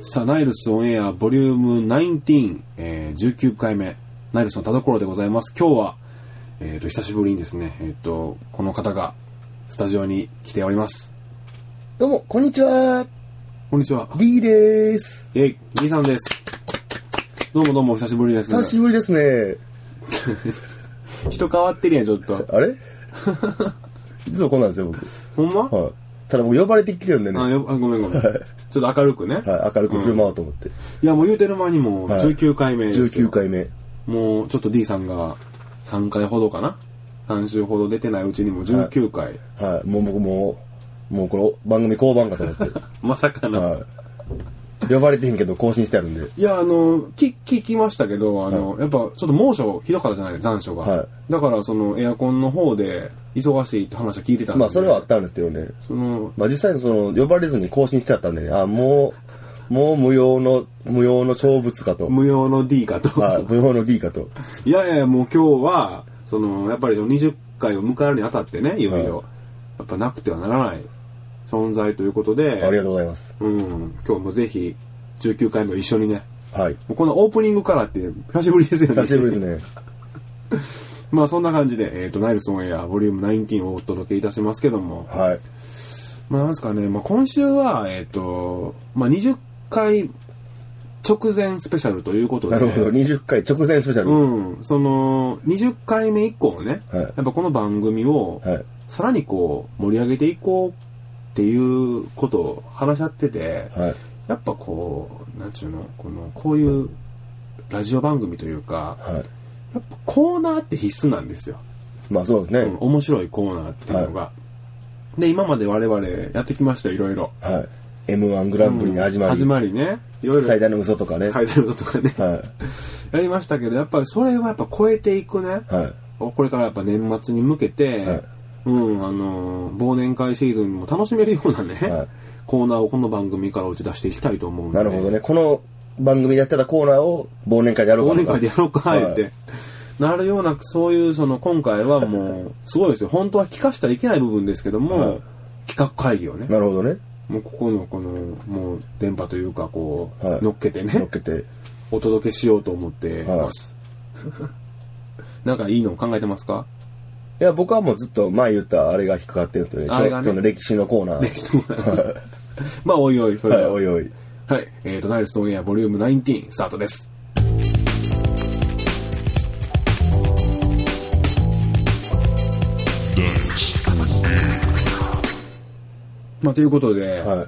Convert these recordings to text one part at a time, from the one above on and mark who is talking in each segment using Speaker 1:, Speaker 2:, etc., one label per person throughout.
Speaker 1: さあ、ナイルスオンエアボリューム19、えー、19回目、ナイルスの田所でございます。今日は、えっ、と、久しぶりにですね、えっ、と、この方が、スタジオに来ております。
Speaker 2: どうも、こんにちは。
Speaker 1: こんにちは。
Speaker 2: D でーす。
Speaker 1: えい、D さんです。どうもどうも、お久しぶりです。
Speaker 2: 久しぶりですね。
Speaker 1: 人変わってるやん、ちょっと。
Speaker 2: あれいつもこうなんですよ、僕。
Speaker 1: ほんま、
Speaker 2: はい。ただ僕呼ばれてきてるんでね。
Speaker 1: あ
Speaker 2: はい。
Speaker 1: よあ、ごめんごめん。ちょっと明るくね。
Speaker 2: 明るく振る舞おうと思って。
Speaker 1: いや、もう言うてる間にもう
Speaker 2: はい
Speaker 1: 19回目ですよ、
Speaker 2: 19回目。
Speaker 1: もうちょっと D さんが3回ほどかな3週ほど出てないうちにもう19回、
Speaker 2: はい。もう僕もう、もうこの番組降板かと思って。
Speaker 1: まさかの、
Speaker 2: はい。呼ばれてへんけど更新してあるんで。
Speaker 1: い、やあの聞聞きましたけどあの、やっぱちょっと猛暑ひどかったじゃない残暑が、
Speaker 2: は
Speaker 1: だからそのエアコンの方で忙しいって話は聞いてたんで
Speaker 2: まあそれはあったんですけどね。
Speaker 1: その
Speaker 2: まあ実際にその、呼ばれずに更新してあったんでね。あ、もう、もう無用の、無用の長物かと。
Speaker 1: 無用の D かと、
Speaker 2: はい。無用の D かと。
Speaker 1: いやいやもう今日はそのやっぱりその20回を迎えるにあたってねいよいよ、
Speaker 2: は
Speaker 1: やっぱなくてはならない存在ということで
Speaker 2: ありがとうございます。
Speaker 1: うん、今日もぜひ19回も一緒にね
Speaker 2: はい。
Speaker 1: もうこのオープニングからって久しぶりですよね
Speaker 2: 久しぶりですね。
Speaker 1: まあそんな感じで、えーと「ナイルソンエアボリューム19をお届けいたしますけども
Speaker 2: はい。
Speaker 1: まあなんですかね、まあ、今週は、えーとまあ、20回直前スペシャルということで
Speaker 2: なるほど。20回直前スペシャル。
Speaker 1: うん、その20回目以降ね、
Speaker 2: はい
Speaker 1: やっぱこの番組を
Speaker 2: はい。
Speaker 1: さらにこう盛り上げていこうっていうことを話し合ってて、
Speaker 2: はい。
Speaker 1: やっぱこうなんちゅうのこのこういうラジオ番組というか
Speaker 2: は
Speaker 1: やっぱコーナーって必須なんですよ、
Speaker 2: い。まあそうですね。
Speaker 1: うん面白いコーナーっていうのが、で今まで我々やってきましたよいろいろ
Speaker 2: はい。M1 グランプリに始まり、
Speaker 1: 始まりねいろいろ
Speaker 2: 最大の嘘とかね。は
Speaker 1: 最大のとかね
Speaker 2: い。
Speaker 1: やりましたけどやっぱりそれはやっぱ超えていくね
Speaker 2: はい。
Speaker 1: これからやっぱ年末に向けて、
Speaker 2: はい
Speaker 1: うんあのー忘年会シーズンも楽しめるようなね、
Speaker 2: はい
Speaker 1: コーナーをこの番組から打ち出していきたいと思うんで
Speaker 2: なるほどね。この番組でやってたコーナーを忘年会でやろう
Speaker 1: 忘
Speaker 2: かと
Speaker 1: 年会
Speaker 2: か。
Speaker 1: でやろうか
Speaker 2: はい
Speaker 1: 言って、なるようなそういうその今回はもうすごいですよ本当は聞かしちゃいけない部分ですけども、
Speaker 2: はい
Speaker 1: 企画会議をね
Speaker 2: なるほどね。
Speaker 1: もうここのこのもう電波というかこう、
Speaker 2: はい
Speaker 1: 乗っけて
Speaker 2: 乗
Speaker 1: ね
Speaker 2: っけて。
Speaker 1: お届けしようと思ってます、 なんかいいの考えてますか
Speaker 2: いや、僕はもうずっと前言ったあれが引っかかってるんですよね。
Speaker 1: あれがね
Speaker 2: 今日の歴史のコーナー。
Speaker 1: まあおいおいそれ
Speaker 2: はい、
Speaker 1: は
Speaker 2: おいおい。
Speaker 1: はい、えーと、ナイルスオンエアボリューム19スタートです。まあ、ということで、
Speaker 2: は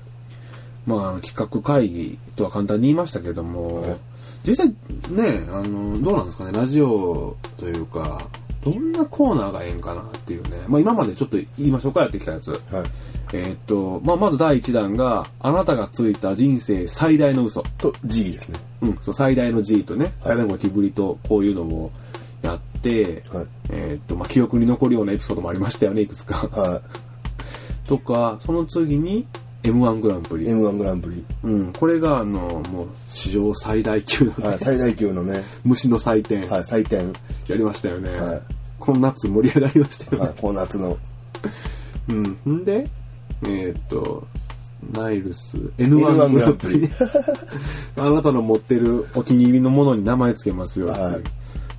Speaker 1: まあ、企画会議とは簡単に言いましたけども、
Speaker 2: はい
Speaker 1: 実際ね、あの、どうなんですかね、ラジオというか、どんなコーナーがええんかなっていうね、まあ今までちょっと言いましょうか、やってきたやつ。
Speaker 2: い。はい。
Speaker 1: えーっと、まあ、まず第1弾が、あなたがついた人生最大の嘘。
Speaker 2: と、G ですね。
Speaker 1: うん、そう、最大の G とね、
Speaker 2: は
Speaker 1: 最
Speaker 2: い
Speaker 1: 大のゴキブリと、こういうのをやって、
Speaker 2: はい
Speaker 1: えーっと、まあ、記憶に残るようなエピソードもありましたよね、いくつか。
Speaker 2: は
Speaker 1: とか、その次に、M1 グランプ
Speaker 2: い。
Speaker 1: リ。
Speaker 2: M1 グランプリ。
Speaker 1: うん、これが、あの、もう、史上最大級の、
Speaker 2: はい。最大級のね、
Speaker 1: 虫の祭典、
Speaker 2: はい、祭典。
Speaker 1: やりましたよね。
Speaker 2: はい
Speaker 1: この夏盛り上がりましたよね。
Speaker 2: はい。この夏の。
Speaker 1: うん。んで、えーっと、ナイルス
Speaker 2: N1
Speaker 1: N1 グ
Speaker 2: グ
Speaker 1: ラ
Speaker 2: ラ
Speaker 1: ン
Speaker 2: ン
Speaker 1: プ
Speaker 2: プ
Speaker 1: リ
Speaker 2: リ。
Speaker 1: あなたの持ってるお気に入りのものに名前つけますよっていう
Speaker 2: はい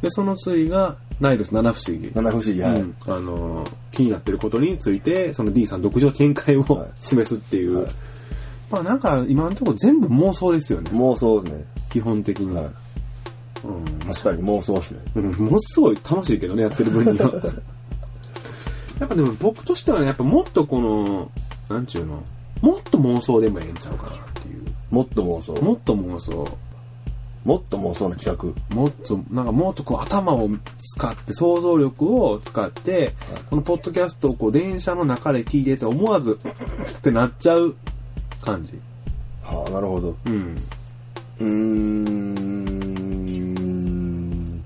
Speaker 1: で、その次が、ナイルス七不思議。
Speaker 2: 七不思議。は
Speaker 1: う
Speaker 2: い。
Speaker 1: んあのー気になってることについて、その D さん独自の見解を、
Speaker 2: はい
Speaker 1: 示すっていう。
Speaker 2: はい
Speaker 1: まあなんか、今のところ全部妄想ですよね。
Speaker 2: 妄想ですね。
Speaker 1: 基本的に。
Speaker 2: はい。
Speaker 1: うん
Speaker 2: 確かに妄想ですね。
Speaker 1: うんものすごい楽しいけどねやってる分には やっぱでも僕としてはねやっぱもっとこのなんちゅうのもっと妄想でもええんちゃうかなっていう
Speaker 2: もっと妄想。
Speaker 1: もっと妄想
Speaker 2: もっと妄想の企
Speaker 1: もっとなんかもっとこう頭を使って想像力を使ってこのポッドキャストをこう電車の中で聞いてて思わず ってなっちゃう感じ
Speaker 2: 画。はあ、なるほど。
Speaker 1: うん
Speaker 2: うーん。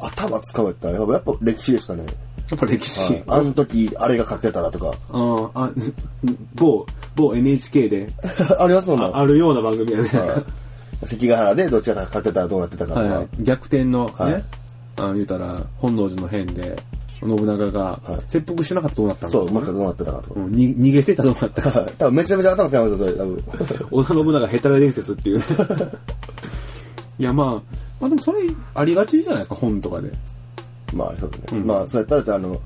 Speaker 2: 頭使うやったら、やっぱ歴史ですかね。
Speaker 1: やっぱ歴史、
Speaker 2: はい。あの時、あれが勝ってたらとか。
Speaker 1: あーあ某某 NHK で
Speaker 2: ありますもんな。
Speaker 1: あるような番組やね、
Speaker 2: はい関ヶ原でどっちが勝ってたらどうなってたかと
Speaker 1: はい
Speaker 2: か。
Speaker 1: はい、逆転のね、
Speaker 2: はい
Speaker 1: あの言うたら本能寺の変で信長が
Speaker 2: はい
Speaker 1: 切腹してなかったらどうなったのか
Speaker 2: そう、うまくどうなってたかとか
Speaker 1: う。んに逃げてたらどうなったか
Speaker 2: 多分めちゃめちゃ頭使いますよ、それ。多分。
Speaker 1: 織田信長ヘタレ伝説っていうね いやまあまあでもそれありがちじゃないですか本とかで
Speaker 2: まあ、そうだね。まあ、そうやったらじゃあ、あの、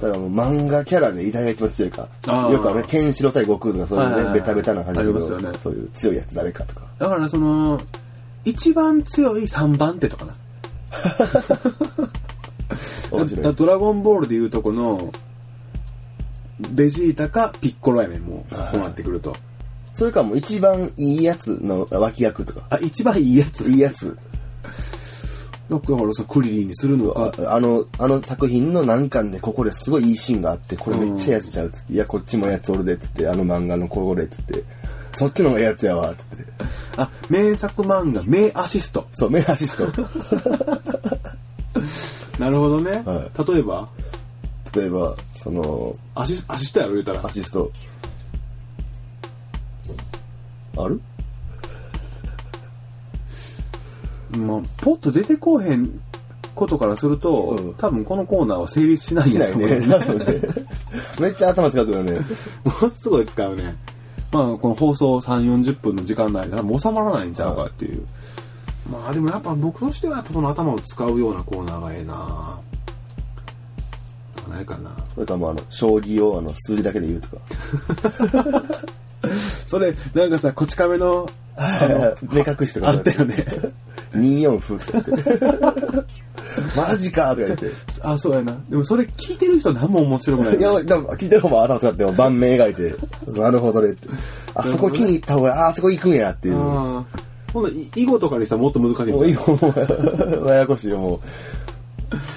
Speaker 2: ただもう漫画キャラで偉大が一番強いか。
Speaker 1: あー
Speaker 2: よくあの、ケンシロウ対悟空とかそう
Speaker 1: はい
Speaker 2: い
Speaker 1: はいうは
Speaker 2: ね、
Speaker 1: い
Speaker 2: ベタベタな感じだけ
Speaker 1: ありますよ
Speaker 2: ど、
Speaker 1: ね
Speaker 2: そういう強いやつ誰かとか。
Speaker 1: だからその一番強い3番手とかな
Speaker 2: 面
Speaker 1: だ
Speaker 2: 白い。
Speaker 1: ドラゴンボールでいうとこのベジータかピッコロやねんもう
Speaker 2: はい
Speaker 1: こうなってくると
Speaker 2: それかもう一番いいやつの脇役とか。
Speaker 1: あ一番いいやつ
Speaker 2: いいやつ。
Speaker 1: だからそのクリリンにするの
Speaker 2: あ
Speaker 1: か
Speaker 2: あの、あの作品の何巻でここですごいいいシーンがあって、これめっちゃええやつちゃうっつって、いや、こっちもええやつおるでっつって、あの漫画のこれっつって、そっちの方がええやつやわっつって。
Speaker 1: あ名作漫画名アシスト
Speaker 2: そう、名アシスト。
Speaker 1: なるほどね、
Speaker 2: は
Speaker 1: 例えば
Speaker 2: 例えば、その、
Speaker 1: アシスアシストやろ言うたら
Speaker 2: アシスト。ある
Speaker 1: まあ、ポッと出てこうへんことからすると、
Speaker 2: うん
Speaker 1: 多分このコーナーは成立しないん
Speaker 2: し
Speaker 1: や
Speaker 2: ない
Speaker 1: と思う、
Speaker 2: ね。多分ね めっちゃ頭使うよね。
Speaker 1: ものすごい使うねまあこの放送3 4 0分の時間内で多分収まらないんちゃうかっていう、まあでもやっぱ僕としてはやっぱその頭を使うようなコーナーがええなないかな
Speaker 2: それかもうあの、将棋をあの、数字だけで言うとか。
Speaker 1: それなんかさこち亀の
Speaker 2: 目隠しとか
Speaker 1: あったよ ね
Speaker 2: 2四 歩とか言って。マジかとか言って。
Speaker 1: あそうやなでもそれ聞いてる人何も面白くないよ
Speaker 2: い
Speaker 1: ね
Speaker 2: や、でも聞いてる方も頭使って、盤面描いて、なるほどねって。あそこ金行った方が、ああそこ行くんやっていう。
Speaker 1: あ
Speaker 2: も
Speaker 1: ーほんならい囲碁とかにしたらもっと難しいんじ
Speaker 2: う
Speaker 1: ゃん
Speaker 2: 今、もう、 ややこしいよ、もう。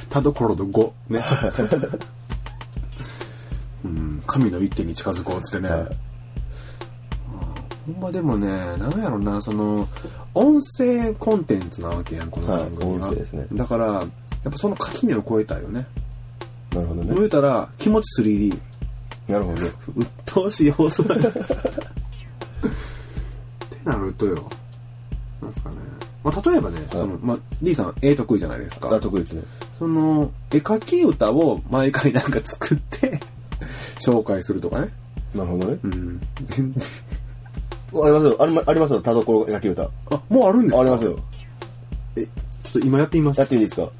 Speaker 1: 田所の5ね うん神の一手に近づこうっつってね、
Speaker 2: はい
Speaker 1: うんほんまでもねなんやろなその音声コンテンツなわけやんこの番組は、
Speaker 2: はい音声ですね
Speaker 1: だからやっぱその垣根を超えたよね
Speaker 2: なるほど
Speaker 1: 言
Speaker 2: ね。
Speaker 1: うたら気持ち 3D
Speaker 2: なるほどね。
Speaker 1: 鬱陶しい放送だってなるとよなんですかね、まあ、例えばね、そのまあ、D さん絵得意じゃないですか
Speaker 2: あ、得意ですね。
Speaker 1: その絵描き歌を毎回なんか作って 紹介するとかね
Speaker 2: なるほどね
Speaker 1: う。ん全然
Speaker 2: ありますよ。ありまありますよ。田所がき歌。あ
Speaker 1: あもうあるんですか
Speaker 2: りますよ。
Speaker 1: えちょっと今やってみま
Speaker 2: や
Speaker 1: す
Speaker 2: ってみていいですか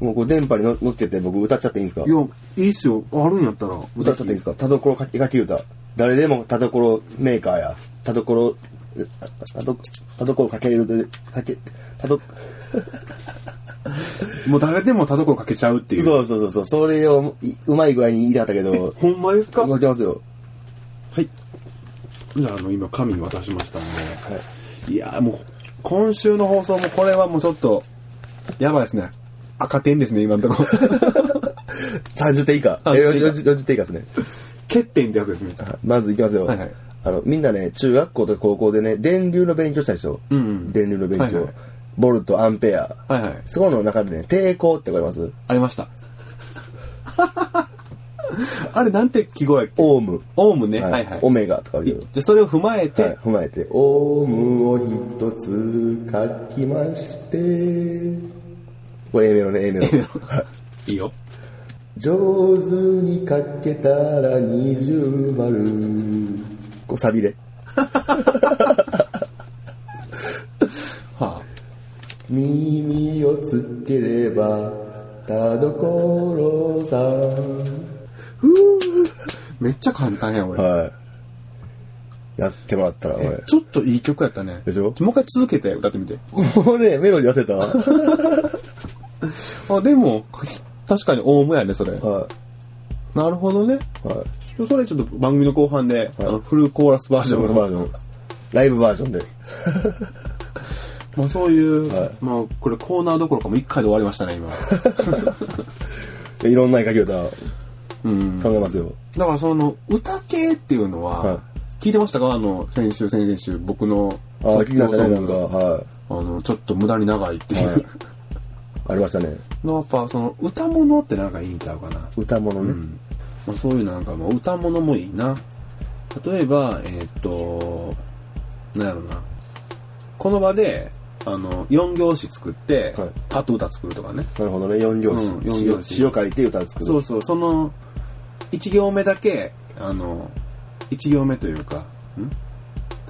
Speaker 2: もうこう電波にの乗っけて僕歌っちゃっていいんですか
Speaker 1: いやいいっすよああるんやったら
Speaker 2: 歌っちゃっていいんですか田所かきかき歌。誰でも田所メーカーや。田所、え田所田所かけるで、かけ、田所、
Speaker 1: もう誰でも田所かけちゃうっていう
Speaker 2: そうそうそうそう、それをいうまい具合に言いたかったけど、
Speaker 1: ほんまですか
Speaker 2: 乗ってますよ。
Speaker 1: はいじゃああの今紙に渡しましたん
Speaker 2: はい。
Speaker 1: でいやーもう今週の放送もこれはもうちょっとやばいですね赤点ですね今のと ころ
Speaker 2: 30点以下。え
Speaker 1: あ
Speaker 2: 40 40点以下ですね。
Speaker 1: 欠点ってやつですね
Speaker 2: まずいきますよ。
Speaker 1: はいはい
Speaker 2: あの、みんなね、中学校とか高校でね、電流の勉強したでしょ。
Speaker 1: うんうん
Speaker 2: 電流の勉強。
Speaker 1: はいはい
Speaker 2: ボルト、アンペア。
Speaker 1: はいはい
Speaker 2: そこの中でね、抵抗ってわかります
Speaker 1: ありました あれなんて記号やっけ
Speaker 2: オーム。
Speaker 1: オウムね。はいはい。
Speaker 2: オメガとかあるけど。
Speaker 1: じゃあそれを踏まえて、
Speaker 2: はい、踏まえて、オームを一つ書きまして、これ A メロね、A メロ。
Speaker 1: い、いよ。
Speaker 2: 上手に書けたら二重丸。こうサビで。
Speaker 1: は
Speaker 2: 耳をつければ、田所さん。
Speaker 1: あ、ふうめっちゃ簡単やん俺、
Speaker 2: はい。やってもらったら、俺。
Speaker 1: ちょっといい曲やったね。
Speaker 2: でしょ
Speaker 1: もう一回続けて歌ってみて。
Speaker 2: もうね、メロディー忘れたわ。
Speaker 1: あ、でも、確かにオウムやね、それ。
Speaker 2: は
Speaker 1: なるほどね。
Speaker 2: い。はい。
Speaker 1: それちょっと番組の後半で、あのフルコーラスバージ
Speaker 2: ジョ
Speaker 1: ョ
Speaker 2: ブ
Speaker 1: ン
Speaker 2: ズ
Speaker 1: の、
Speaker 2: バージョン。ライブバージョンで。
Speaker 1: まあそういう、
Speaker 2: はい
Speaker 1: まあこれコーナーどころかもう一回で終わりましたね、 今。
Speaker 2: いろんな絵描き歌
Speaker 1: うん。
Speaker 2: 考えますよ。
Speaker 1: だからその歌系っていうのは、
Speaker 2: はい
Speaker 1: 聞いてましたかあの、先週、先々週、僕の、
Speaker 2: ああ、聞きましたね、なんか。
Speaker 1: あ
Speaker 2: はい。
Speaker 1: の、ちょっと無駄に長いって いう、
Speaker 2: はいありましたね。
Speaker 1: のやっぱその歌物ってなんかいいんちゃうかな、
Speaker 2: 歌物
Speaker 1: う
Speaker 2: ね。
Speaker 1: んまあ、そういうなんかもう歌物もいいな例えばえーっとなんやろうなこの場であの4行詞作って、
Speaker 2: はい
Speaker 1: パッと歌作るとかね
Speaker 2: なるほどね4
Speaker 1: う
Speaker 2: 拍
Speaker 1: ん
Speaker 2: 子
Speaker 1: 四
Speaker 2: 詩
Speaker 1: 拍
Speaker 2: を
Speaker 1: 子
Speaker 2: 詩を書いて歌を作る
Speaker 1: そうそうその1行目だけあの1行目というかん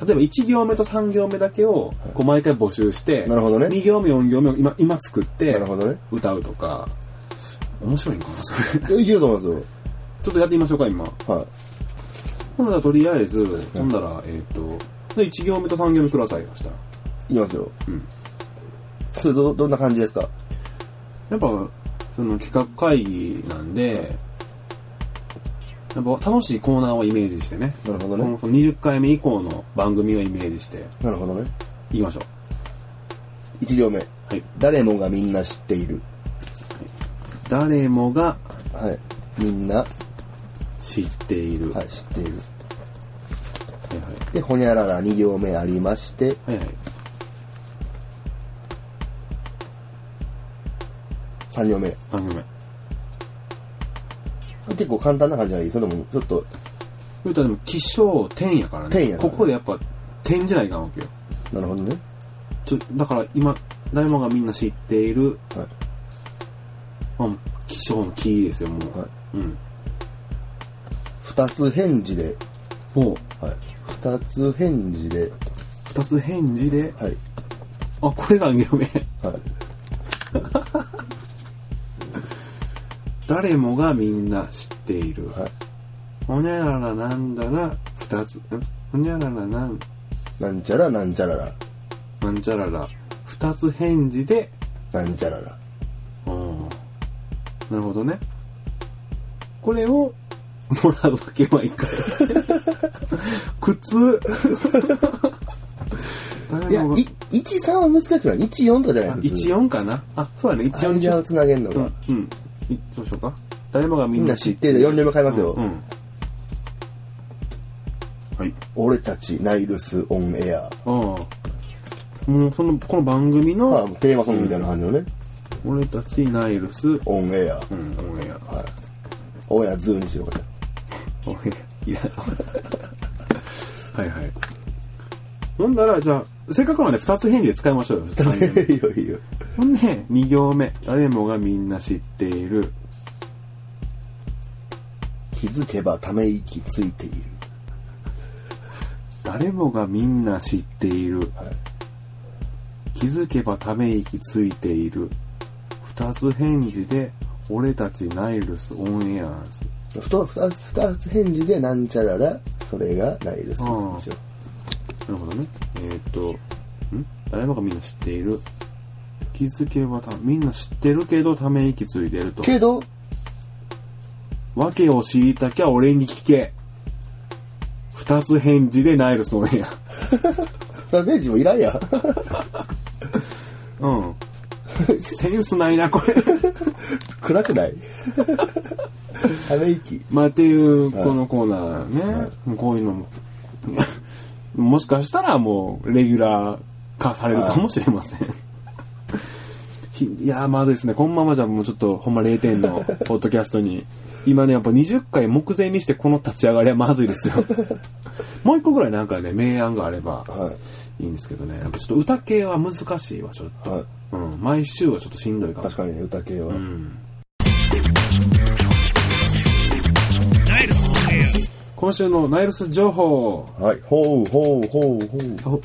Speaker 1: 例えば1行目と3行目だけをこう毎回募集して、
Speaker 2: なるほどね
Speaker 1: 2行目4行目を今今作って
Speaker 2: なるほどね
Speaker 1: 歌うとか面白いんかなそれ
Speaker 2: いやいけると思います
Speaker 1: ちょっとやってみましょうか今
Speaker 2: よはい
Speaker 1: ほんならとりあえずほんならえっ、とで1行目と3行目くださいよそしたら
Speaker 2: いきますよ、それどどんな感じですか
Speaker 1: やっぱその企画会議なんで、やっぱ楽しいコーナーをイメージしてね
Speaker 2: なるほ
Speaker 1: こ
Speaker 2: ど
Speaker 1: の
Speaker 2: ね
Speaker 1: その20回目以降の番組をイメージして
Speaker 2: なるほどね
Speaker 1: いきましょう
Speaker 2: 1行目
Speaker 1: はい
Speaker 2: 誰もがみんな知っている
Speaker 1: 誰もが
Speaker 2: はいみんな、は
Speaker 1: 知っている、はい
Speaker 2: い、知っている
Speaker 1: は
Speaker 2: でほにゃらら2行目ありまし
Speaker 1: い
Speaker 2: て
Speaker 1: はいはい
Speaker 2: 3行目
Speaker 1: 番組
Speaker 2: 結構簡単な感じがいいそれともちょっと
Speaker 1: 言うたらでも起承点やからね
Speaker 2: 点やから
Speaker 1: ここでやっぱ点じゃないかなわけよ
Speaker 2: なるほどね
Speaker 1: ちょだから今誰もがみんな知っている、
Speaker 2: はい
Speaker 1: まあ、起承のキーですよもう、
Speaker 2: はい
Speaker 1: うん
Speaker 2: 2つ返事で
Speaker 1: もう
Speaker 2: はい2つ返事で
Speaker 1: 二つ返事で
Speaker 2: はい
Speaker 1: あこれが2行目
Speaker 2: はい
Speaker 1: 誰もがみんな知っている、
Speaker 2: はい
Speaker 1: ほにゃららなんだら二つんほにゃららなん
Speaker 2: なんちゃらなんちゃらら
Speaker 1: なんちゃらら二つ返事で
Speaker 2: なんちゃらら
Speaker 1: うんなるほどねこれをもらうわけはいかない 苦痛誰
Speaker 2: いやい
Speaker 1: もが
Speaker 2: 13は難しくない14とかじゃない
Speaker 1: あ
Speaker 2: 普通
Speaker 1: 14かなあそうだね
Speaker 2: 漢字
Speaker 1: 14
Speaker 2: をつなげんの
Speaker 1: う
Speaker 2: が
Speaker 1: んうんいどうしようか誰もがみ
Speaker 2: みん
Speaker 1: んな
Speaker 2: な
Speaker 1: 知
Speaker 2: 知
Speaker 1: っ
Speaker 2: ってて
Speaker 1: い
Speaker 2: る
Speaker 1: る
Speaker 2: 4連目変えますよ、
Speaker 1: うんうんはい
Speaker 2: 俺たちナイルスオンエア
Speaker 1: ああもうそのこの番組
Speaker 2: まあ
Speaker 1: の
Speaker 2: テーマソングみたいな感じのね、
Speaker 1: 「俺たちナイルス」うん
Speaker 2: オンエア
Speaker 1: オンエア
Speaker 2: オンエアズーにしようかな
Speaker 1: オンエアいや はいはいほんだらじゃあせっかくなんで2つ返事で使いましょうよ
Speaker 2: いいよいいよ
Speaker 1: ほんで2行目誰もがみんな知っている
Speaker 2: 気づけばため息ついている
Speaker 1: 誰もがみんな知っている、気づけばため息ついている二つ返事で俺たちナイルスオンエアーズ
Speaker 2: ふとふたふたつ返事でなんちゃららそれがナイルス
Speaker 1: うん
Speaker 2: でしょ
Speaker 1: なるほどねえーっとん誰もがみんな知っている気づけばたみんな知ってるけどため息ついてると
Speaker 2: けど
Speaker 1: わけを知りたきゃ俺に聞け二つ返事でナイルスオンエア
Speaker 2: 2つ返事もいらんや
Speaker 1: うんセンスないなこれ
Speaker 2: 暗くないため息
Speaker 1: まあっていうこのコーナーね、もうこういうのも もしかしたらもうレギュラー化されるかもしれませんひ いやーまずいですねこのままじゃもうちょっとほんま0点 のポッドキャストに今ねやっぱ20回目前にしてこの立ち上がりはまずい ですよもう一個ぐらいなんかね明暗があれば
Speaker 2: はい
Speaker 1: いいんですけどねやっぱちょっと歌系は難しいわちょっと、
Speaker 2: はい
Speaker 1: うん、毎週はちょっとしんどいかも
Speaker 2: 確かにね歌系は、
Speaker 1: 今週のナイルス情報
Speaker 2: はいほうほうほうほう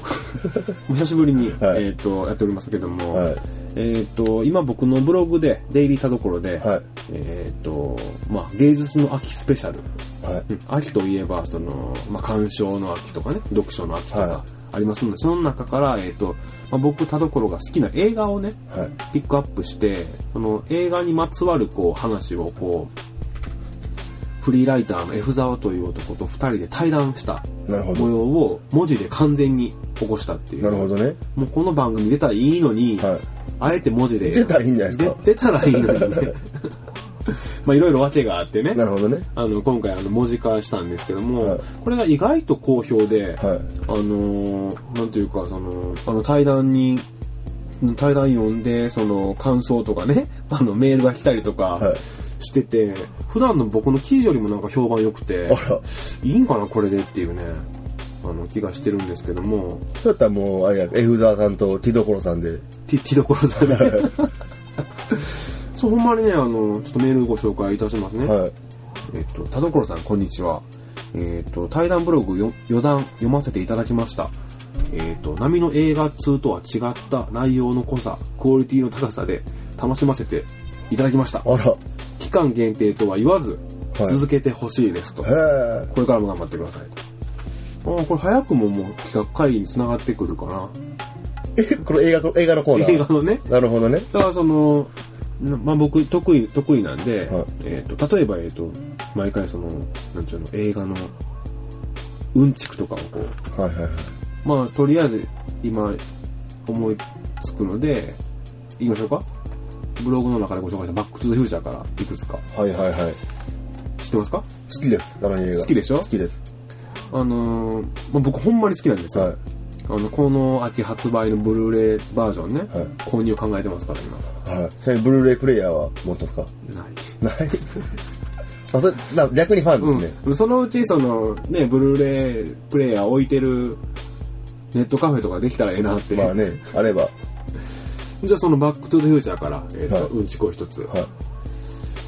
Speaker 1: お 久しぶりに、
Speaker 2: はい
Speaker 1: えー、とやっておりますけども、
Speaker 2: はい
Speaker 1: えー、と今僕のブログで「デイリー田所で」
Speaker 2: はい
Speaker 1: えーとまあ、芸術の秋スペシャル、
Speaker 2: はい
Speaker 1: うん秋といえばその、まあ、鑑賞の秋とかね読書の秋とか
Speaker 2: は
Speaker 1: ありますので、その中から、えーとまあ、僕田所が好きな映画をね、
Speaker 2: はい
Speaker 1: ピックアップしてその映画にまつわるこう話をこうフリーライターの F 沢という男と2人で対談した
Speaker 2: なるほ
Speaker 1: 模
Speaker 2: ど
Speaker 1: 様を文字で完全に起こしたっていう
Speaker 2: なるほどね
Speaker 1: もうこの番組出たらいいのに、
Speaker 2: はい
Speaker 1: あえて文字で
Speaker 2: 出たらいいんじゃないですか
Speaker 1: で出たらいいのにね まあいろいろ訳があってね
Speaker 2: なるほどね
Speaker 1: あの今回あの文字化したんですけども、
Speaker 2: はい
Speaker 1: これが意外と好評で、
Speaker 2: はい
Speaker 1: あのーなんていうかそのあの対談に対談読んでその感想とかね あのメールが来たりとか
Speaker 2: はい
Speaker 1: してて、普段の僕の記事よりもなんか評判良くて
Speaker 2: あら
Speaker 1: いいんかなこれでっていうねああの気がしてるんですけども
Speaker 2: だったらもうあれや F 沢さんと木所さんで
Speaker 1: ティティどころさんで そうほんまにねあのちょっとメールご紹介いたしますね、
Speaker 2: はい
Speaker 1: えっと、田所さん、こんにちは。えっと、対談ブログよ余談読ませていただきました。えっと、波の映画2とは違った内容の濃さ、クオリティの高さで楽しませていただきました。
Speaker 2: あら
Speaker 1: 期間限定とは言わず、
Speaker 2: はい
Speaker 1: 続けてほしいですと。
Speaker 2: へえ
Speaker 1: これからも頑張ってくださいと。あーこれ早くももう企画会議につながってくるかな。
Speaker 2: え この映画の映画のコーナー
Speaker 1: 映画のね。
Speaker 2: なるほどね
Speaker 1: だからその、なまあ、僕得意得意なんで、
Speaker 2: はい
Speaker 1: えー、と例えば、えー、と毎回そのなんていうの映画のうんちくとかをこう
Speaker 2: はいはいはい
Speaker 1: まあとりあえず今思いつくので言いましょうかブログの中でご紹介した「バック・トゥ・ザ・フューチャー」からいくつか
Speaker 2: はいはいはい
Speaker 1: 知ってますか
Speaker 2: 好きですあの映画
Speaker 1: 好きでしょ
Speaker 2: 好きです
Speaker 1: あのーまあ、僕ほんまに好きなんですよ、
Speaker 2: はい
Speaker 1: あのこの秋発売のブルーレイバージョンね、
Speaker 2: はい
Speaker 1: 購入考えてますから
Speaker 2: はいちなみにブルーレイプレイヤーは持ってますか
Speaker 1: 今ない
Speaker 2: ない あそれな逆にファンですね、
Speaker 1: うん、そのうちそのねブルーレイプレイヤー置いてるネットカフェとかできたらええなって、
Speaker 2: まあねあればは
Speaker 1: じゃあその「バック・トゥ・ザ・フューチャー」から、えーと
Speaker 2: はい
Speaker 1: うんちこ一つ、
Speaker 2: い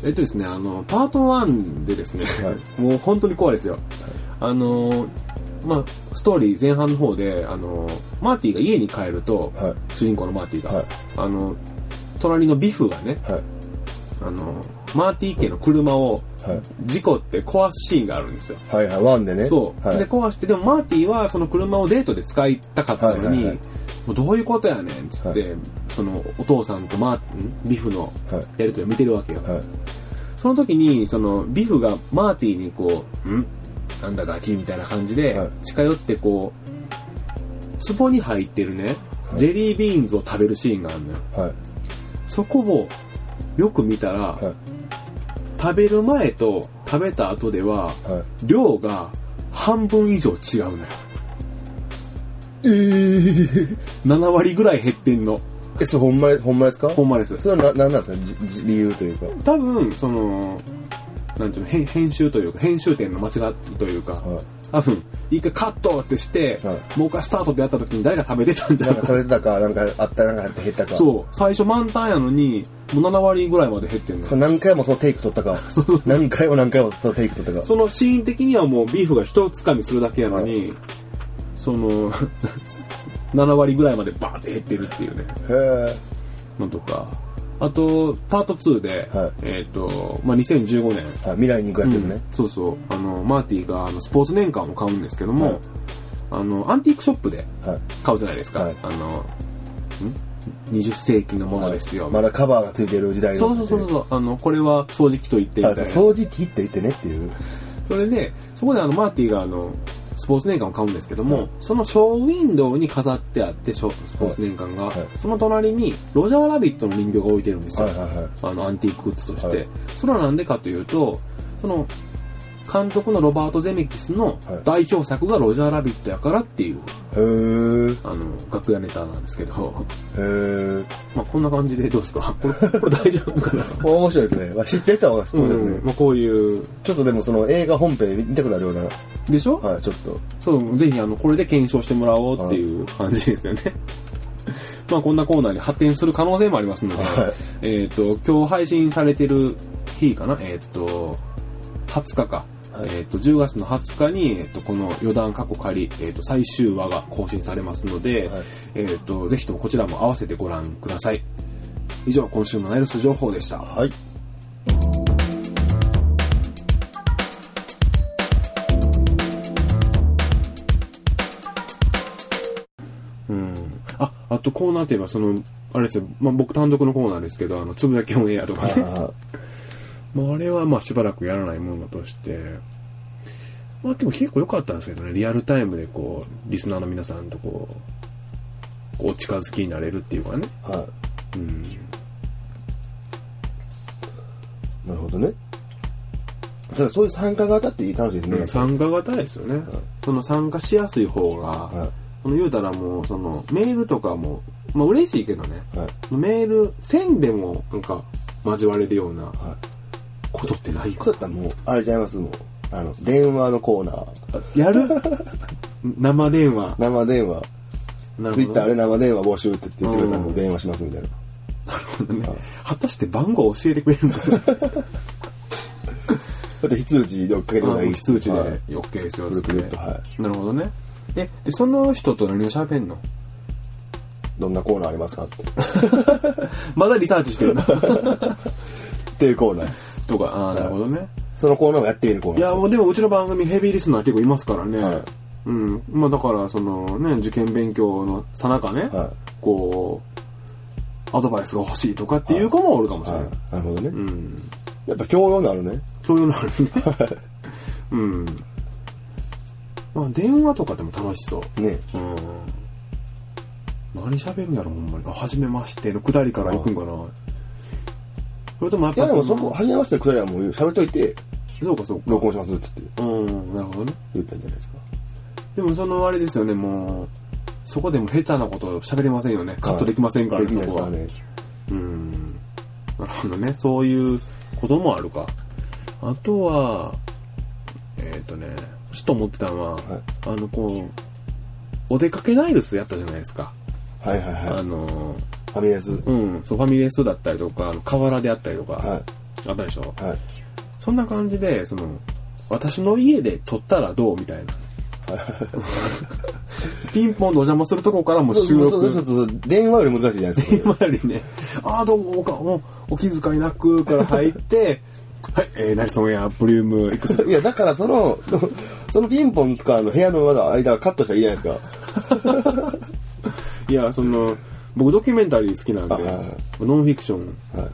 Speaker 1: えっとですねあのパート1でですね、
Speaker 2: は
Speaker 1: もう本当に怖いですよ、あのまあストーリー前半の方であのマーティが家に帰ると、
Speaker 2: はい
Speaker 1: 主人公のマーティが、
Speaker 2: はい
Speaker 1: あの隣のビフがね
Speaker 2: はい
Speaker 1: あのマーティ家の車を
Speaker 2: はい
Speaker 1: 事故って壊すシーンがあるんですよ
Speaker 2: はいはいワンでね
Speaker 1: そう、
Speaker 2: はい
Speaker 1: で壊してでもマーティはその車をデートで使いたかったのに、
Speaker 2: はいはいはい
Speaker 1: もうどういうことやねんっつって、
Speaker 2: は
Speaker 1: そのお父さんとマーんビフの
Speaker 2: はい
Speaker 1: やり取りを見てるわけよ、
Speaker 2: はい
Speaker 1: その時にそのビフがマーティにこう「んなんだガキ」みたいな感じで
Speaker 2: はい
Speaker 1: 近寄ってこう壺に入ってるね、ジェリービーンズを食べるシーンがあるのよ
Speaker 2: はい
Speaker 1: そこをよく見たら、
Speaker 2: はい
Speaker 1: 食べる前と食べた後では
Speaker 2: はい
Speaker 1: 量が半分以上違うのよ
Speaker 2: えー、
Speaker 1: 7割ぐらい減ってんの
Speaker 2: えそれほんまにほんまですか
Speaker 1: ほんまです
Speaker 2: それはななんなんですかじじ理由というか
Speaker 1: 多分そのなんていうの編編集というか編集点の間違いというか、
Speaker 2: はい
Speaker 1: 多分一回カットってして、
Speaker 2: は
Speaker 1: もう一回スタートってやった時に誰が食べてたんじゃ
Speaker 2: な
Speaker 1: なんい
Speaker 2: か
Speaker 1: か
Speaker 2: 食べてたか なんかあったなんか減ったか
Speaker 1: そう最初満タンやのにもう7割ぐらいまで減ってんの
Speaker 2: それ何回もそのテイク取ったか
Speaker 1: そうそう
Speaker 2: 何回も何回もそのテイク取ったか
Speaker 1: そのシーン的にはもうビーフが一つかみするだけやのに、その 7割ぐらいまでバーンって減ってるっていうね
Speaker 2: へえ
Speaker 1: のとかあとパート2で、
Speaker 2: はい
Speaker 1: えっ、と、まあ、2015年
Speaker 2: 未来に行くやつですね、
Speaker 1: そうそうあのマーティがあのスポーツ年間を買うんですけども、
Speaker 2: はい
Speaker 1: あのアンティークショップで
Speaker 2: はい
Speaker 1: 買うじゃないですか、
Speaker 2: はい
Speaker 1: あのん20世紀のものですよ、
Speaker 2: まだカバーがついてる時代の
Speaker 1: そうそうそうそうあのこれは掃除機と言ってみた
Speaker 2: はいい
Speaker 1: なそ
Speaker 2: 掃除機って言ってねっていう
Speaker 1: れでそこであのマーティがあのスポーツ年間を買うんですけども、そのショーウィンドウに飾ってあってショスポーツ年間が、
Speaker 2: はいはい
Speaker 1: その隣にロジャーラビットの人形が置いてるんですよ、
Speaker 2: はいはいはい
Speaker 1: あのアンティークグッズとして、
Speaker 2: はい
Speaker 1: それはなんでかというとその監督のロバート・ゼメキスの
Speaker 2: はい
Speaker 1: 代表作が「ロジャー・ラビット」やからっていう
Speaker 2: へー
Speaker 1: あの楽屋ネタなんですけど、
Speaker 2: へー
Speaker 1: まあ、こんな感じでどうですかこれこれ大丈夫かな、
Speaker 2: 面白いですね、まあ、知ってた方が知ってですね、
Speaker 1: うんまあ、こういう
Speaker 2: ちょっとでもその映画本編見たくなるような
Speaker 1: でしょ、
Speaker 2: はいちょっと
Speaker 1: そうぜひあのこれで検証してもらおうっていう感じですよね まあこんなコーナーに発展する可能性もありますので、
Speaker 2: はい
Speaker 1: えっ、と今日配信されてる日かなえっ、と20日か、
Speaker 2: はい
Speaker 1: えっ、と10月の20日に、えー、とこの余談過去仮、えー、と最終話が更新されますので、
Speaker 2: はい
Speaker 1: えっ、とぜひともこちらも合わせてご覧ください以上今週のナイルス情報でした
Speaker 2: はい
Speaker 1: うんああとコーナーといえばそのあれですよ、まあ、僕単独のコーナーですけどあのつぶやきオンエアとかね
Speaker 2: あ
Speaker 1: まあ、あれはまあしばらくやらないものとして、まあでも結構良かったんですけどね、リアルタイムでこう、リスナーの皆さんとこう、お近づきになれるっていうかね。
Speaker 2: ーは
Speaker 1: うん。
Speaker 2: いなるほどねだからそういう参加型って楽しいですね、
Speaker 1: 参加型ですよね。その参加しやすい方
Speaker 2: は
Speaker 1: が
Speaker 2: い、
Speaker 1: その言うたらもう、そのメールとかも、まあ嬉しいけどね、
Speaker 2: はい
Speaker 1: メール、線でもなんか交われるような
Speaker 2: はい
Speaker 1: ことってないよ。
Speaker 2: そうやったらもうあれちゃいますもうあの電話のコーナー
Speaker 1: やる生電話。
Speaker 2: 生電話
Speaker 1: なる
Speaker 2: ツイッ
Speaker 1: ほ
Speaker 2: タ
Speaker 1: ど
Speaker 2: ーあれ生電話募集って言ってくれた
Speaker 1: う
Speaker 2: ら
Speaker 1: ん
Speaker 2: もう電話しますみたいな、
Speaker 1: ね。果たして番号教えてくれるのかな
Speaker 2: だって非通知で追っかけてくだ
Speaker 1: あ
Speaker 2: さい
Speaker 1: の非通知で
Speaker 2: はい
Speaker 1: OK ですよ
Speaker 2: く
Speaker 1: つって、
Speaker 2: るくるっとは
Speaker 1: なるほどねえでその人と何を喋んの
Speaker 2: どんなコーナーありますかって
Speaker 1: まだリサーチして るな
Speaker 2: っていうコーナー
Speaker 1: とかああなるほどね、
Speaker 2: そのコーナーもやってみるコーナ
Speaker 1: い
Speaker 2: ー
Speaker 1: やもうでもうちの番組ヘビーリスナー結構いますからね、
Speaker 2: はい
Speaker 1: うんまあだからそのね受験勉強のさなかね、
Speaker 2: は
Speaker 1: こうアドバイスが欲しいとかっていう子もおるかもしれない、
Speaker 2: はい、なるほどね、
Speaker 1: うん
Speaker 2: やっぱ教養のあるね
Speaker 1: そういうのあるねうんまあ電話とかでも楽しそう
Speaker 2: ね
Speaker 1: うん何喋るんやろほんまにあ初めましてのくだりから行くんかなそれともやっ
Speaker 2: いや
Speaker 1: ぱ
Speaker 2: で
Speaker 1: そ
Speaker 2: も
Speaker 1: の
Speaker 2: そこ初めましてのくだりはもう喋っといて
Speaker 1: そうかそうか
Speaker 2: 録音しますっつって
Speaker 1: うんなるほどね
Speaker 2: 言ったんじゃないですか
Speaker 1: でもそのあれですよねもうそこでも下手なこと喋れませんよねカットできませんからね、
Speaker 2: できないで
Speaker 1: そ
Speaker 2: す
Speaker 1: こ
Speaker 2: か
Speaker 1: は
Speaker 2: らね
Speaker 1: うんなるほどねそういうこともあるかあとはえっ、とねちょっと思ってたのは、
Speaker 2: はい
Speaker 1: あのこうお出かけナイルスやったじゃないですか、
Speaker 2: はいはいは
Speaker 1: あ
Speaker 2: い
Speaker 1: の
Speaker 2: ファミレスは
Speaker 1: うん、そうファミレスだったりとか、あの河原であったりとか、あったでしょ
Speaker 2: いはい
Speaker 1: そんな感じで、その、私の家で撮ったらどうみたいな。 ピンポンでお邪魔するとこからもう収
Speaker 2: そうそうそ
Speaker 1: 録
Speaker 2: う。そう電話より難しいじゃないですか
Speaker 1: 今よりね、ああ、どうも、おかおお気遣いなくから入って、 はい、えー、ナリソンエア、ボリュームいくつ
Speaker 2: いや、だからその、そのピンポンとかの部屋のまだ間はカットしたらいいじゃないですか。
Speaker 1: いや、その、僕ドキュメンタリー好きなんで、
Speaker 2: あはいは
Speaker 1: ノンフィクション
Speaker 2: は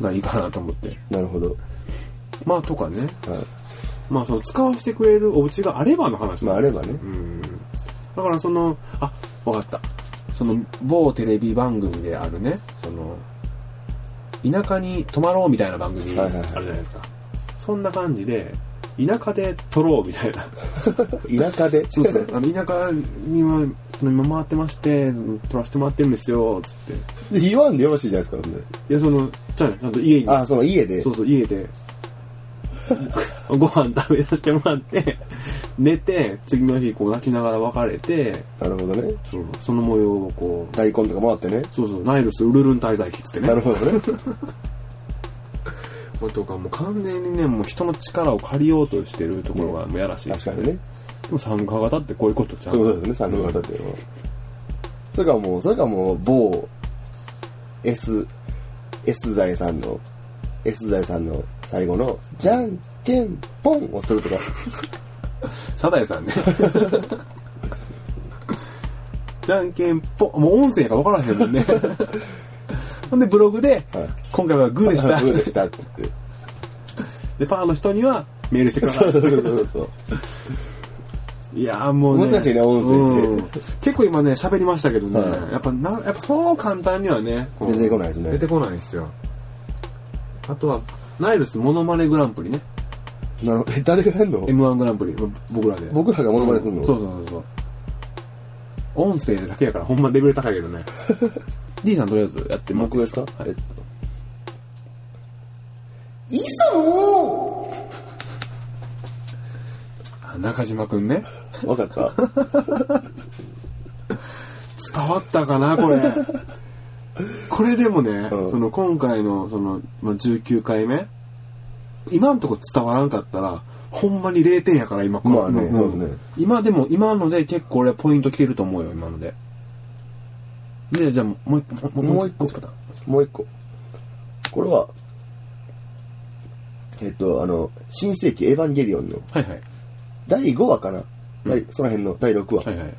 Speaker 1: がいいかなと思って。
Speaker 2: い。なるほど。は
Speaker 1: まあ、とかね。
Speaker 2: い。
Speaker 1: まあ、その使わせてくれるお家があればの話
Speaker 2: まあ、
Speaker 1: な
Speaker 2: あ
Speaker 1: んで
Speaker 2: れ
Speaker 1: すけど
Speaker 2: ばね。
Speaker 1: うんだからそのあわかったその某テレビ番組であるねその田舎に泊まろうみたいな番組あ
Speaker 2: は
Speaker 1: る
Speaker 2: い
Speaker 1: じ
Speaker 2: はい
Speaker 1: ゃ
Speaker 2: はい
Speaker 1: ないですか、そんな感じで田舎で撮ろうみたいな
Speaker 2: 田舎で。
Speaker 1: そうですねあの田舎にはその今回ってましてその撮らせてもらってるんですよつって
Speaker 2: 言わんでよろしいじゃないですか、ほんで
Speaker 1: いやそのじゃあねちゃんと家に
Speaker 2: あ、その家で。
Speaker 1: そうそう家で ご飯食べさせてもらって寝て次の日こう泣きながら別れて
Speaker 2: なるほどね。
Speaker 1: そうその模様をこう
Speaker 2: 大根とかもらってね。
Speaker 1: そうそうナイルスウルルン滞在期っつってね
Speaker 2: なるほど ね。
Speaker 1: これとかもう完全にねもう人の力を借りようとしてるところがもうやらしいで
Speaker 2: 確
Speaker 1: す
Speaker 2: か
Speaker 1: よ
Speaker 2: にね。
Speaker 1: でも参加型ってこういうことちゃ
Speaker 2: そういう
Speaker 1: う
Speaker 2: ことですね、三流型っていうのは。それかもう、それかもう、某 S、S 財さんの、S 財さんの最後の、じゃんけんぽんをするとか。
Speaker 1: サザエさんねじゃんけんぽんもう音声が分からへんもんねほんでブログで、
Speaker 2: はい
Speaker 1: 今回はグーで した
Speaker 2: ブーでしたって言って。
Speaker 1: でパーの人にはメールしてくだ
Speaker 2: そ
Speaker 1: さ
Speaker 2: うそうそうそう。
Speaker 1: いいやーもうね
Speaker 2: 難しいね音声って
Speaker 1: うん結構今ね喋りましたけどね、
Speaker 2: はい
Speaker 1: やっぱなやっぱそう簡単にはねこう
Speaker 2: 出てこないですね
Speaker 1: 出てこないんですよあとはナイルスモノマネグランプリね
Speaker 2: なるほど。え、誰がやんの
Speaker 1: m 1グランプリ僕らで
Speaker 2: 僕らがモノマネするの、
Speaker 1: そうそうそうそう音声だけやからほんまレベル高いけど ね D さんとりあえずやってもらってい
Speaker 2: 僕
Speaker 1: い
Speaker 2: ですか、
Speaker 1: はい
Speaker 2: えっと。いそ
Speaker 1: あ中島くんね
Speaker 2: ーわかった。
Speaker 1: 伝わったかなこ れこれでもね、
Speaker 2: ん
Speaker 1: その今回のその、まあ、19回目今んとこ伝わらんかったらほんまに0点やから今これ
Speaker 2: まあね
Speaker 1: うん
Speaker 2: そうですね
Speaker 1: 今でも今ので結構俺ポイント消えると思うよ今のででじゃあ もう一個
Speaker 2: もう一個
Speaker 1: パターン
Speaker 2: もう一個。これは、えっと、あの、新世紀エヴァンゲリオンの
Speaker 1: はいはい
Speaker 2: 第5話かな、
Speaker 1: うん
Speaker 2: 第その辺の第6話。
Speaker 1: はいはい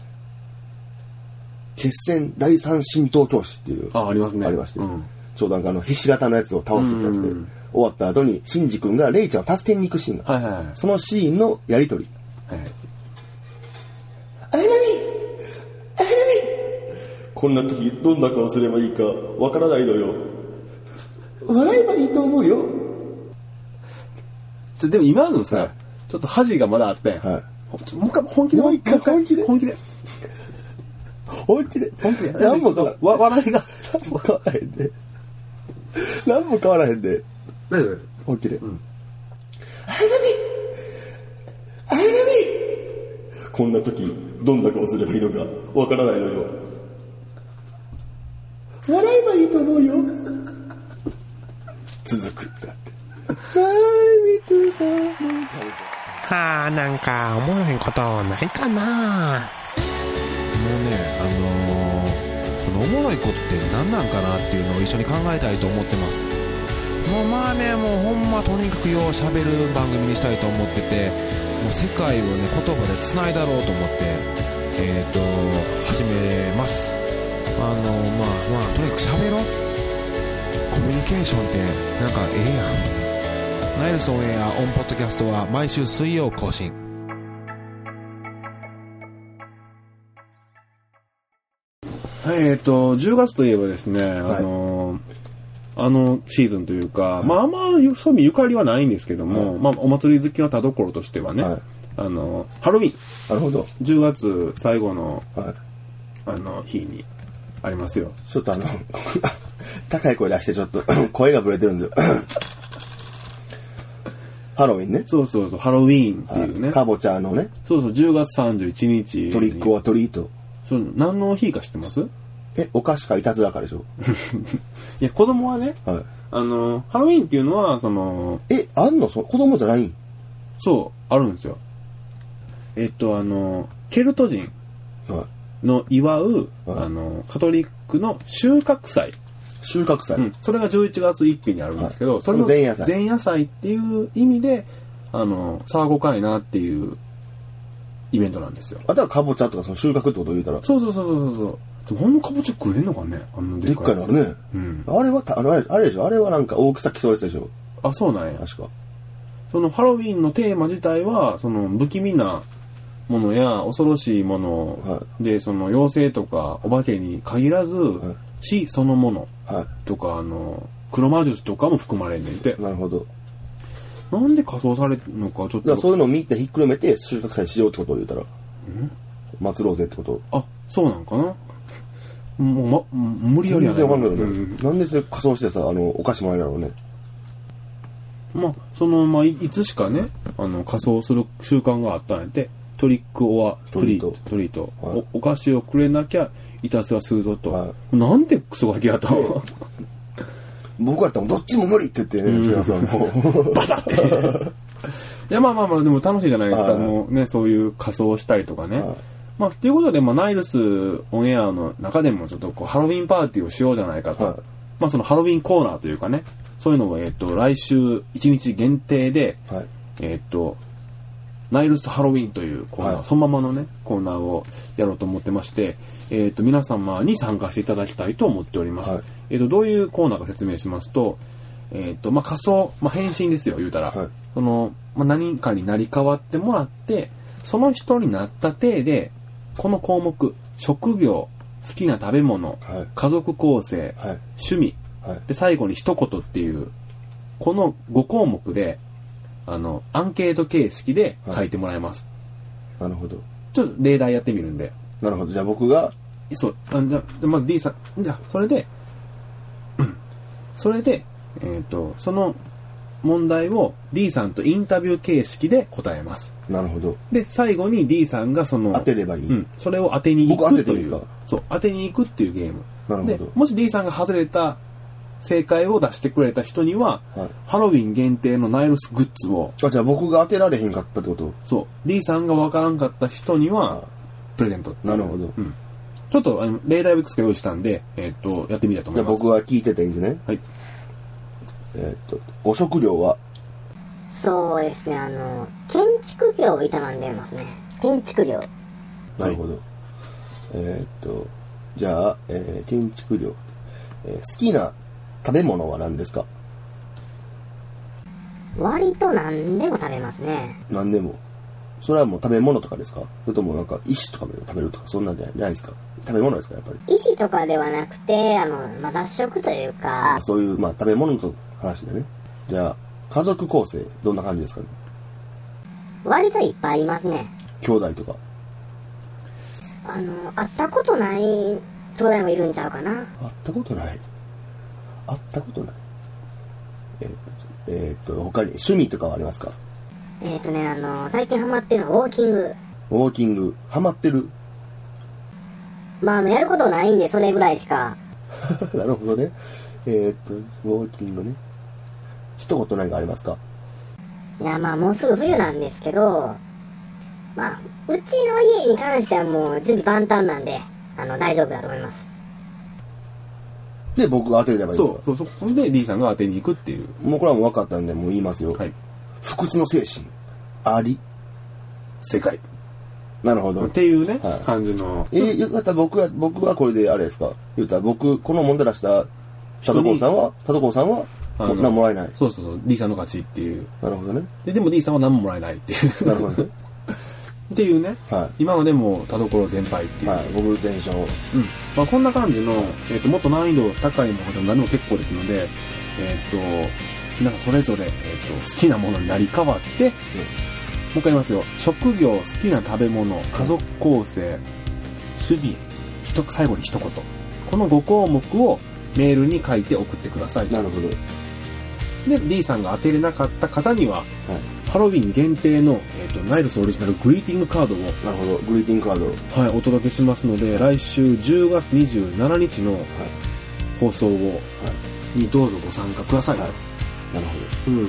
Speaker 2: 決戦第三神道教師っていう。
Speaker 1: あありますね
Speaker 2: ありまして、
Speaker 1: うん
Speaker 2: ちょうどなんかあの、ひし形のやつを倒すってやつで、
Speaker 1: うんうんうん
Speaker 2: 終わった後に、シンジ君がレイちゃんを助けに行くシーンが、
Speaker 1: はいはいはい
Speaker 2: そのシーンのやりとり。
Speaker 1: はいはい
Speaker 2: あれなにあれなにこんな時どんな顔すればいいかわからないのよ笑えばいいと思うよ
Speaker 1: じゃあでも今のさ、
Speaker 2: はい
Speaker 1: ちょっと恥がまだあって、
Speaker 2: は
Speaker 1: ちょもう一回本気で
Speaker 2: もう一回
Speaker 1: もう
Speaker 2: 本
Speaker 1: 本気で
Speaker 2: 本気で
Speaker 1: 本気で
Speaker 2: 何も変わら
Speaker 1: わ笑いが
Speaker 2: 何も変わらへんで何も変わらへんで
Speaker 1: 大丈夫
Speaker 2: 本気で、あれなにあれなにこんな時どんな顔すればいいのかわからないのよ笑えばいいと思うよ続くってなって笑え見ていたのに
Speaker 3: あーなんかおもろいことないかな
Speaker 4: もうねあのーそのおもろいことって何なんかなっていうのを一緒に考えたいと思ってますもうまあねもうほんまとにかくよう喋る番組にしたいと思っててもう世界をね言葉でつないだろうと思ってえっ、と始めますあのまあまあとにかく喋ろうコミュニケーションってなんかええやんナイルソンエアオンポッドキャストは毎週水曜更新
Speaker 1: はい、えっと、10月といえばですね、
Speaker 2: い
Speaker 1: あのーあのシーズンというか、まあ、あんまゆ、そういうゆかりはないんですけども、まあ、お祭り好きの田所としてはね、
Speaker 2: はい
Speaker 1: あの、ハロウィン、
Speaker 2: なるほど、
Speaker 1: 10月最後の、
Speaker 2: はい、
Speaker 1: あの、日にありますよ。
Speaker 2: ちょっとあの 高い声出してちょっと 声がぶれてるんで ハロウィンね
Speaker 1: そうそうそう、ハロウィーンっていうね。
Speaker 2: かぼちゃのね
Speaker 1: そうそう、10月31日に。
Speaker 2: トリックオアトリート
Speaker 1: そう、何の日か知ってますい
Speaker 2: えお菓子かいたずらかでしょ、
Speaker 1: や、子供はね、
Speaker 2: は
Speaker 1: あの、ハロウィーンっていうのは、その、
Speaker 2: い、えあんのそ子供じゃないん
Speaker 1: そう、あるんですよ。えっと、あの、ケルト人。
Speaker 2: はい
Speaker 1: の祝う、
Speaker 2: はい
Speaker 1: あのカトリックの収穫祭、
Speaker 2: 収穫祭、
Speaker 1: それが11月1日にあるんですけど、
Speaker 2: はい
Speaker 1: それの
Speaker 2: その前夜祭
Speaker 1: 前夜祭っていう意味であの騒ごかいなっていうイベントなんですよ
Speaker 2: あとはかぼちゃとかその収穫ってことを言うたら
Speaker 1: そうそうそうそうそうでもほんのかぼちゃ食えんのかねあんな
Speaker 2: で
Speaker 1: で
Speaker 2: っ
Speaker 1: っ
Speaker 2: か
Speaker 1: か
Speaker 2: い
Speaker 1: い
Speaker 2: のあ
Speaker 1: やつ
Speaker 2: るね、
Speaker 1: うん、
Speaker 2: あれはたあのあれあれでしょあれはなんか大きさ競うやつでしょ
Speaker 1: あそうなんや
Speaker 2: 確か
Speaker 1: そのハロウィンのテーマ自体はその不気味なものや恐ろしいもの、
Speaker 2: は
Speaker 1: でその妖精とかお化けに限らず、
Speaker 2: い
Speaker 1: 死そのもの
Speaker 2: は
Speaker 1: とかあの黒魔術とかも含まれんねんて
Speaker 2: いなるほど
Speaker 1: なんで仮装されるのかちょっ
Speaker 2: だから
Speaker 1: と
Speaker 2: そういうのを見てひっくるめて収穫祭しようってことを言うたら祭ろうぜってこと
Speaker 1: あそうなんかなもう、ま、無理や
Speaker 2: 全
Speaker 1: りや
Speaker 2: 然わかんないよね、
Speaker 1: うん
Speaker 2: なんでそれ仮装してさあのお菓子もらえるだろうね
Speaker 1: まあそのまあいいつしかねあの仮装する習慣があったんやてトリックオアトリートトリート
Speaker 2: はい
Speaker 1: おお菓子をくれなきゃいたずらするぞと、
Speaker 2: は
Speaker 1: なんてクソガキやったわ
Speaker 2: 僕だったらどっちも無理って言ってね違うさ もう
Speaker 1: バサッて いやまあまあまあでも楽しいじゃないですか、
Speaker 2: はい
Speaker 1: もうねそういう仮装をしたりとかね、
Speaker 2: はい
Speaker 1: まあ、ということで、まあ、ナイルスオンエアの中でもちょっとこうハロウィンパーティーをしようじゃないかと、
Speaker 2: はい
Speaker 1: まあ、そのハロウィンコーナーというかねそういうのを、えっと来週1日限定で、
Speaker 2: はい
Speaker 1: えっとナイルスハロウィンというコーナー、
Speaker 2: はい
Speaker 1: そのままのねコーナーをやろうと思ってまして、えっと皆様に参加していただきたいと思っております、
Speaker 2: はい
Speaker 1: えっとどういうコーナーか説明しますと,、えっとまあ、仮装、まあ、変身ですよ言うたら、
Speaker 2: はい
Speaker 1: その、まあ、何かになり変わってもらってその人になった体でこの項目職業好きな食べ物、
Speaker 2: はい
Speaker 1: 家族構成、
Speaker 2: はい
Speaker 1: 趣味
Speaker 2: はい
Speaker 1: で最後に一言っていうこの5項目であのアンケート形式で書いてもらいます、
Speaker 2: なるほど
Speaker 1: ちょっと例題やってみるんで
Speaker 2: なるほどじゃあ僕が
Speaker 1: そうあじゃあまず D さんじゃあそれで、 うん、それで、えー、とその問題を D さんとインタビュー形式で答えます
Speaker 2: なるほど
Speaker 1: で最後に D さんがその
Speaker 2: 当てればいい、
Speaker 1: うん、それを当てに行
Speaker 2: 僕当て
Speaker 1: くと
Speaker 2: ていいで
Speaker 1: い
Speaker 2: す
Speaker 1: う
Speaker 2: か
Speaker 1: そう当てに行くっていうゲーム
Speaker 2: なるほど
Speaker 1: でもし D さんが外れた正解を出してくれた人には、
Speaker 2: はい
Speaker 1: ハロウィン限定のナイルスグッズを
Speaker 2: あじゃあ僕が当てられへんかったってこと
Speaker 1: そう D さんがわからんかった人には、
Speaker 2: はい
Speaker 1: プレゼント
Speaker 2: なるほど、
Speaker 1: うんちょっとあの例題をいくつか用意したんで、えっとやってみたいと思
Speaker 2: じゃ
Speaker 1: い
Speaker 2: あ
Speaker 1: ます
Speaker 2: 僕は聞いてていいんですね
Speaker 1: はい
Speaker 2: えーっとご食料は
Speaker 5: そうですね、あの、建築業を営んでますね。建築業。
Speaker 2: なるほど、えーっとじゃあ、えー建築料、えー好きな食べ物は何ですか
Speaker 5: 割と何でも食べますね。
Speaker 2: 何でもそれはもう食べ物とかですかそれともなんか石とかで食べるとかそんなんじゃないじゃないですか食べ物ですかやっぱり
Speaker 5: 医師とかではなくて、あの、まあ、雑食というか、
Speaker 2: そういうまあ食べ物の話でねじゃあ家族構成どんな感じですかね
Speaker 5: 割といっぱいいますね。
Speaker 2: 兄弟とか
Speaker 5: あの、会ったことない兄弟もいるんちゃうかな。
Speaker 2: 会ったことない会ったことないえーっと,、えーっと他に趣味とかはありますか
Speaker 5: えっ、とね、あの、最近ハマってるのはウォーキング。
Speaker 2: ウォーキング、ハマってる。
Speaker 5: まあ、あのやることないんで、それぐらいしか。
Speaker 2: なるほどね。えーっと、ウォーキングね。一言何かありますか
Speaker 5: いや、まあ、もうすぐ冬なんですけど、まあ、うちの家に関してはもう準備万端なんで、あの、大丈夫だと思います。
Speaker 2: で、僕が当てればいいんです
Speaker 1: そ
Speaker 2: か
Speaker 1: うそう、そこで D さんが当てに行くっていう。
Speaker 2: もうこれはもう分かったんで、もう言いますよ。
Speaker 1: はい。
Speaker 2: 不屈の精神。あり。
Speaker 1: 世界。
Speaker 2: なるほど
Speaker 1: っ。ていうね、
Speaker 2: はい
Speaker 1: 感じの。
Speaker 2: えー、よかったら僕は、僕はこれであれですか言うたら僕、この問題出した、田所さんは、田所さんは、
Speaker 1: あの
Speaker 2: 何もらえない。
Speaker 1: そうそうそう、D さんの勝ちっていう。
Speaker 2: なるほどね。
Speaker 1: で、でも D さんは何ももらえないっていう。
Speaker 2: なるほどね。
Speaker 1: っていうね。
Speaker 2: は
Speaker 1: 今のでもう田所全敗って
Speaker 2: い。
Speaker 1: いう。
Speaker 2: はい。僕、全勝。
Speaker 1: うん。まあこんな感じの、えっ、と、もっと難易度高いものでも何でも結構ですので、えっ、と、皆さんそれぞれ、えっ、と、好きなものになり変わって、もう一回言いますよ。職業、好きな食べ物、家族構成、趣味、ひと最後に一言。この5項目をメールに書いて送ってください。
Speaker 2: なるほど。
Speaker 1: で D さんが当てれなかった方には、
Speaker 2: い
Speaker 1: ハロウィン限定の、えっとナイルスオリジナルグリーティングカードを、
Speaker 2: なるほど。グリーティングカード。はい。
Speaker 1: はい、お届けしますので来週10月27日の放送を、にどうぞご参加ください、
Speaker 2: はいなるほ
Speaker 1: うん、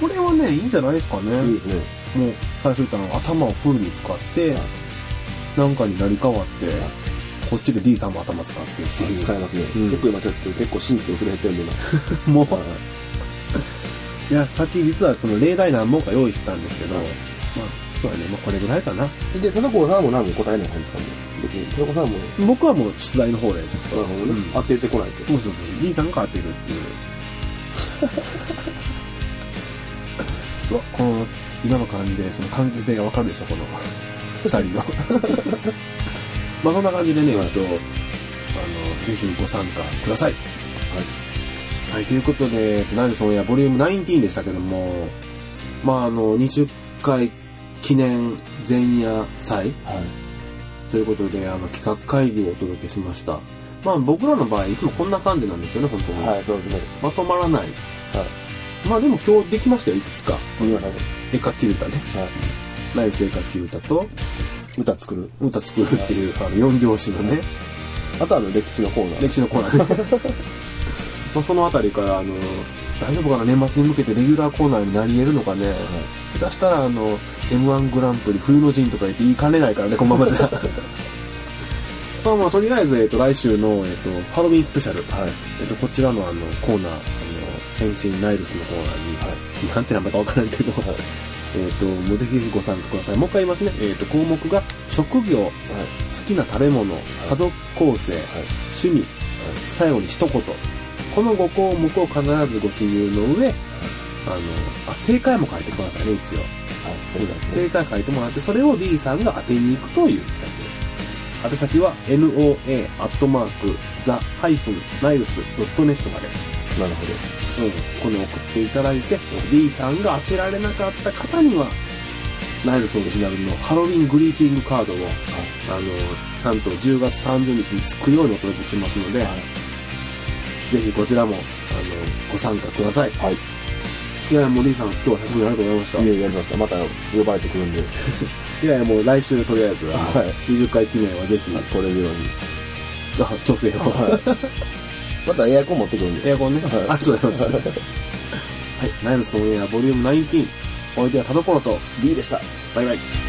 Speaker 1: これはねいいんじゃないですかね
Speaker 2: ど。いいですね。
Speaker 1: もう最終端頭をフルに使って、
Speaker 2: はい
Speaker 1: なんかになり変わって、
Speaker 2: は
Speaker 1: こっちで D さんも頭使ってっていう、
Speaker 2: 使えますね。
Speaker 1: うん
Speaker 2: 結構今ちょっと結構神経すれ減ってるんで今。
Speaker 1: もう
Speaker 2: は
Speaker 1: い
Speaker 2: い
Speaker 1: やさっき実はこの例題何本か用意してたんですけど、
Speaker 2: はい
Speaker 1: まあそうだね、まあ、これぐらいかな
Speaker 2: で、田所さんも何も答えない感じですかね。別に、田所さんも、な
Speaker 1: 僕はもう出題の方です
Speaker 2: るほどね
Speaker 1: うん。
Speaker 2: 当ててこないと。
Speaker 1: そうそうそう D さんが当てるっていう うわこの今の感じでその関係性がわかるでしょこの二人の まあそんな感じでね、
Speaker 2: はい
Speaker 1: えっとあのぜひご参加くださいはい、ということで「ナイルソンやボリューム19でしたけどもまああの20回記念前夜祭
Speaker 2: はい。
Speaker 1: ということであの企画会議をお届けしましたまあ僕らの場合いつもこんな感じなんですよね本当に、
Speaker 2: はい、そうですね。
Speaker 1: まとまらない、
Speaker 2: は
Speaker 1: まあでも今日できましたよいくつか
Speaker 2: 見ましたね。
Speaker 1: 絵描き歌ね
Speaker 2: はい。
Speaker 1: ナイス絵描き歌と
Speaker 2: 歌作る。
Speaker 1: 歌作るっていう、あの4拍子のね
Speaker 2: あとはあの歴史のコーナ
Speaker 1: 歴
Speaker 2: ー。
Speaker 1: 史のコーナーね まあその辺りからあの大丈夫かな年末に向けてレギュラーコーナーになり得るのかね、下手したらあの m 1グランプリ冬の陣とか言って言いかねないからねこのままじ ゃまあまあとりあえず、えっと来週の、えっとハロウィンスペシャル、
Speaker 2: はい。
Speaker 1: えっと、こちらのあのコーナー、あの、変身ナイルスのコーナーに、 なんて名前かわからんけど、
Speaker 2: はい
Speaker 1: えっと、もうぜひぜひご参加ください。もう一回言いますね。えっと、項目が、職業、好
Speaker 2: はい。
Speaker 1: きな食べ物、家族構成、趣味、最後に一言。この5項目を必ずご記入の上、あの、あ、正解も書いてくださいね、一応。
Speaker 2: はい。それがね。
Speaker 1: 正解書いてもらって、それを D さんが当てに行くという企画です。宛先は noa.the-nails.net まで。
Speaker 2: なるほど。
Speaker 1: うん、これ送っていただいて、D さんが当てられなかった方には、ナイルソンオリジナルのハロウィングリーティングカードを、あの、ちゃんと10月30日につくようにお届けしますので、
Speaker 2: は
Speaker 1: ぜひこちらも、あの、ご参加ください。
Speaker 2: はい。
Speaker 1: いやいや、もう D さん、今日は久しぶりにありがとうございました。
Speaker 2: いや、やりました。また呼ばれてくるんで、
Speaker 1: いやいや、もう来週とりあえず、あの
Speaker 2: はい
Speaker 1: 20回記念はぜひ、
Speaker 2: 来れるように。
Speaker 1: あ調整を。
Speaker 2: またエアコン持ってくるんで。
Speaker 1: エアコンね、
Speaker 2: はい
Speaker 1: ありがとうございます。はい、ナイルソンエアボリューム19、お相手は田所と、
Speaker 2: D でした。
Speaker 1: バイバイ。